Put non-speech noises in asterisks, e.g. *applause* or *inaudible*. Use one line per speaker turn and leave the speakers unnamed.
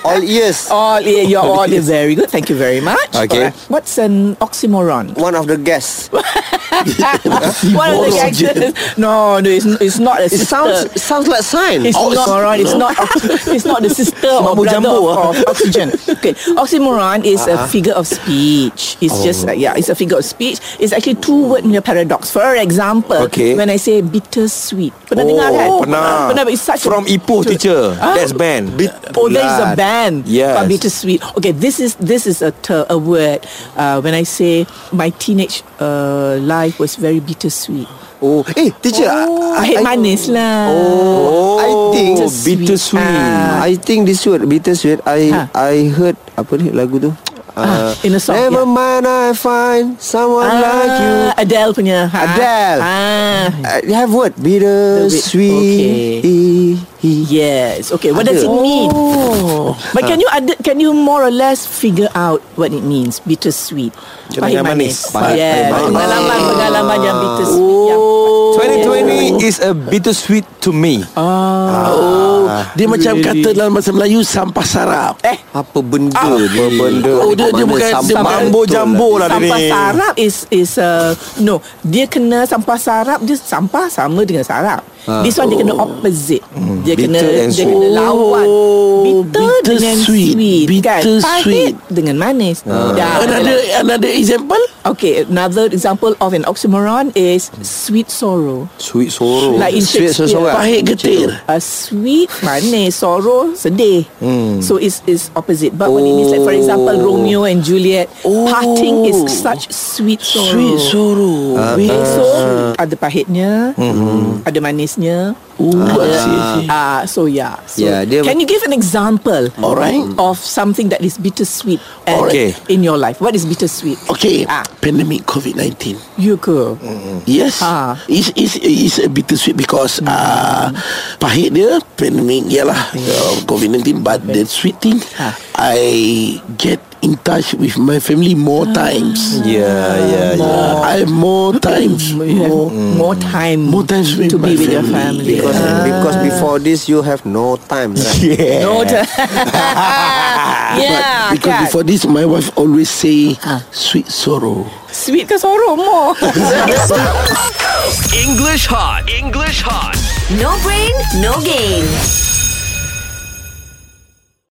All ears
all yeah, you're all
*laughs*
you're very good. Thank you very much.
Okay.
Alright. What's an oxymoron?
*laughs*
Ah,
One of the guests
One of the characters. No, no, it's, it's not a
It
sister.
sounds it sounds like sign
It's
Ox-
oxymoron. It's not.
*laughs*
ox- It's not the sister or
Mambo
brother
jumbo,
of,
ah.
of oxygen. Okay, oxymoron is
Uh-huh.
a figure of speech. It's just
Oh.
like yeah, it's a figure of speech. It's actually two word punya paradox. For example,
Okay.
when I say bittersweet, pernah
Oh,
dengar kan?
pernah.
Pernah. but It's such
From
a,
Ipoh teacher.
Ah.
That's band.
Bit-
Oh, there is a
Blood.
band
Yes.
called bittersweet. Okay, this is this is a ter- a word. Uh, when I say my teenage uh, life was very bittersweet.
Oh, Eh teacher
I, hate manis lah.
Oh I think
Oh, Bittersweet.
bittersweet.
Ah.
I think this word Bittersweet I
Ha.
I heard Apa ni lagu tu
Ah,
Uh,
in a song,
Never
yeah.
mind I find Someone like you
Ah, Adele punya. Ha?
Adele.
Ah.
I have word Bittersweet okay.
Yes. Okay. What does it
Ada.
mean? But can you ad- can you more or less figure out what it means? Bittersweet.
Jangan manis. Pahit
Yeah.
manis.
Pengalaman pengalaman yang bittersweet.
Oh.
Yeah.
2020 is a bittersweet to me.
Oh, dia macam kata dalam bahasa Melayu sampah sarap.
Yang, eh.
Apa benda Ah. Apa benda
Oh, dia- dia
Mana
bukan- dia
sambal
bukan-
Mambo
betul
jambo lah dia ni.
Sampah sarap is is uh, no dia kena sampah sarap dia sampah sama dengan sarap. This one dia kena opposite. Dia kena
Ah. Oh. Hmm. bitter and
dia
sweet.
kena lawan. Bitter,
Oh, bitter
dengan
sweet.
sweet, kan?
Bitter
Pahit
sweet.
dengan manis.
Ah.
Dah.
Another another example?
Okay, another example of an oxymoron is sweet sorrow.
Sweet
Oh,
sorrow.
Like in
Sweet
Shakespeare.
sorrow.
Pahit getir.
A sweet manis sorrow sedih.
Hmm.
So it's is opposite. But when it means like for example
Oh.
Romeo and Juliet, parting is such sweet sorrow.
Sweet sorrow. Ah. Wait,
So ada pahitnya, ada manisnya.
Oh, Mm-hmm. I see, I see.
Ah, uh, so yeah. So
Yeah, dia-
can you give an example
Alright.
of something that is bittersweet and
Okay.
in your life? What is bittersweet?
Okay,
Ah.
pandemic COVID-19.
You could.
Yes.
Ah. Hmm.
It's, it's, it's a bittersweet because uh, pahit dia pandemic ialah uh, COVID-19 but the sweet thing
Ah.
I get in touch with my family more
Ah.
times.
Yeah, yeah, yeah.
Uh, I have more times.
Hmm. You have
More,
more time
Mm-hmm. More times with
to
my
be with your family.
family.
Because,
Yeah.
because before this you have no time
*laughs*
right?
Yeah.
No time.
but
*laughs* yeah,
because
kan?
before this my wife always say
Ah.
sweet sorrow.
sweet ke sorrow more.
English hot. English hot.
No brain, no game.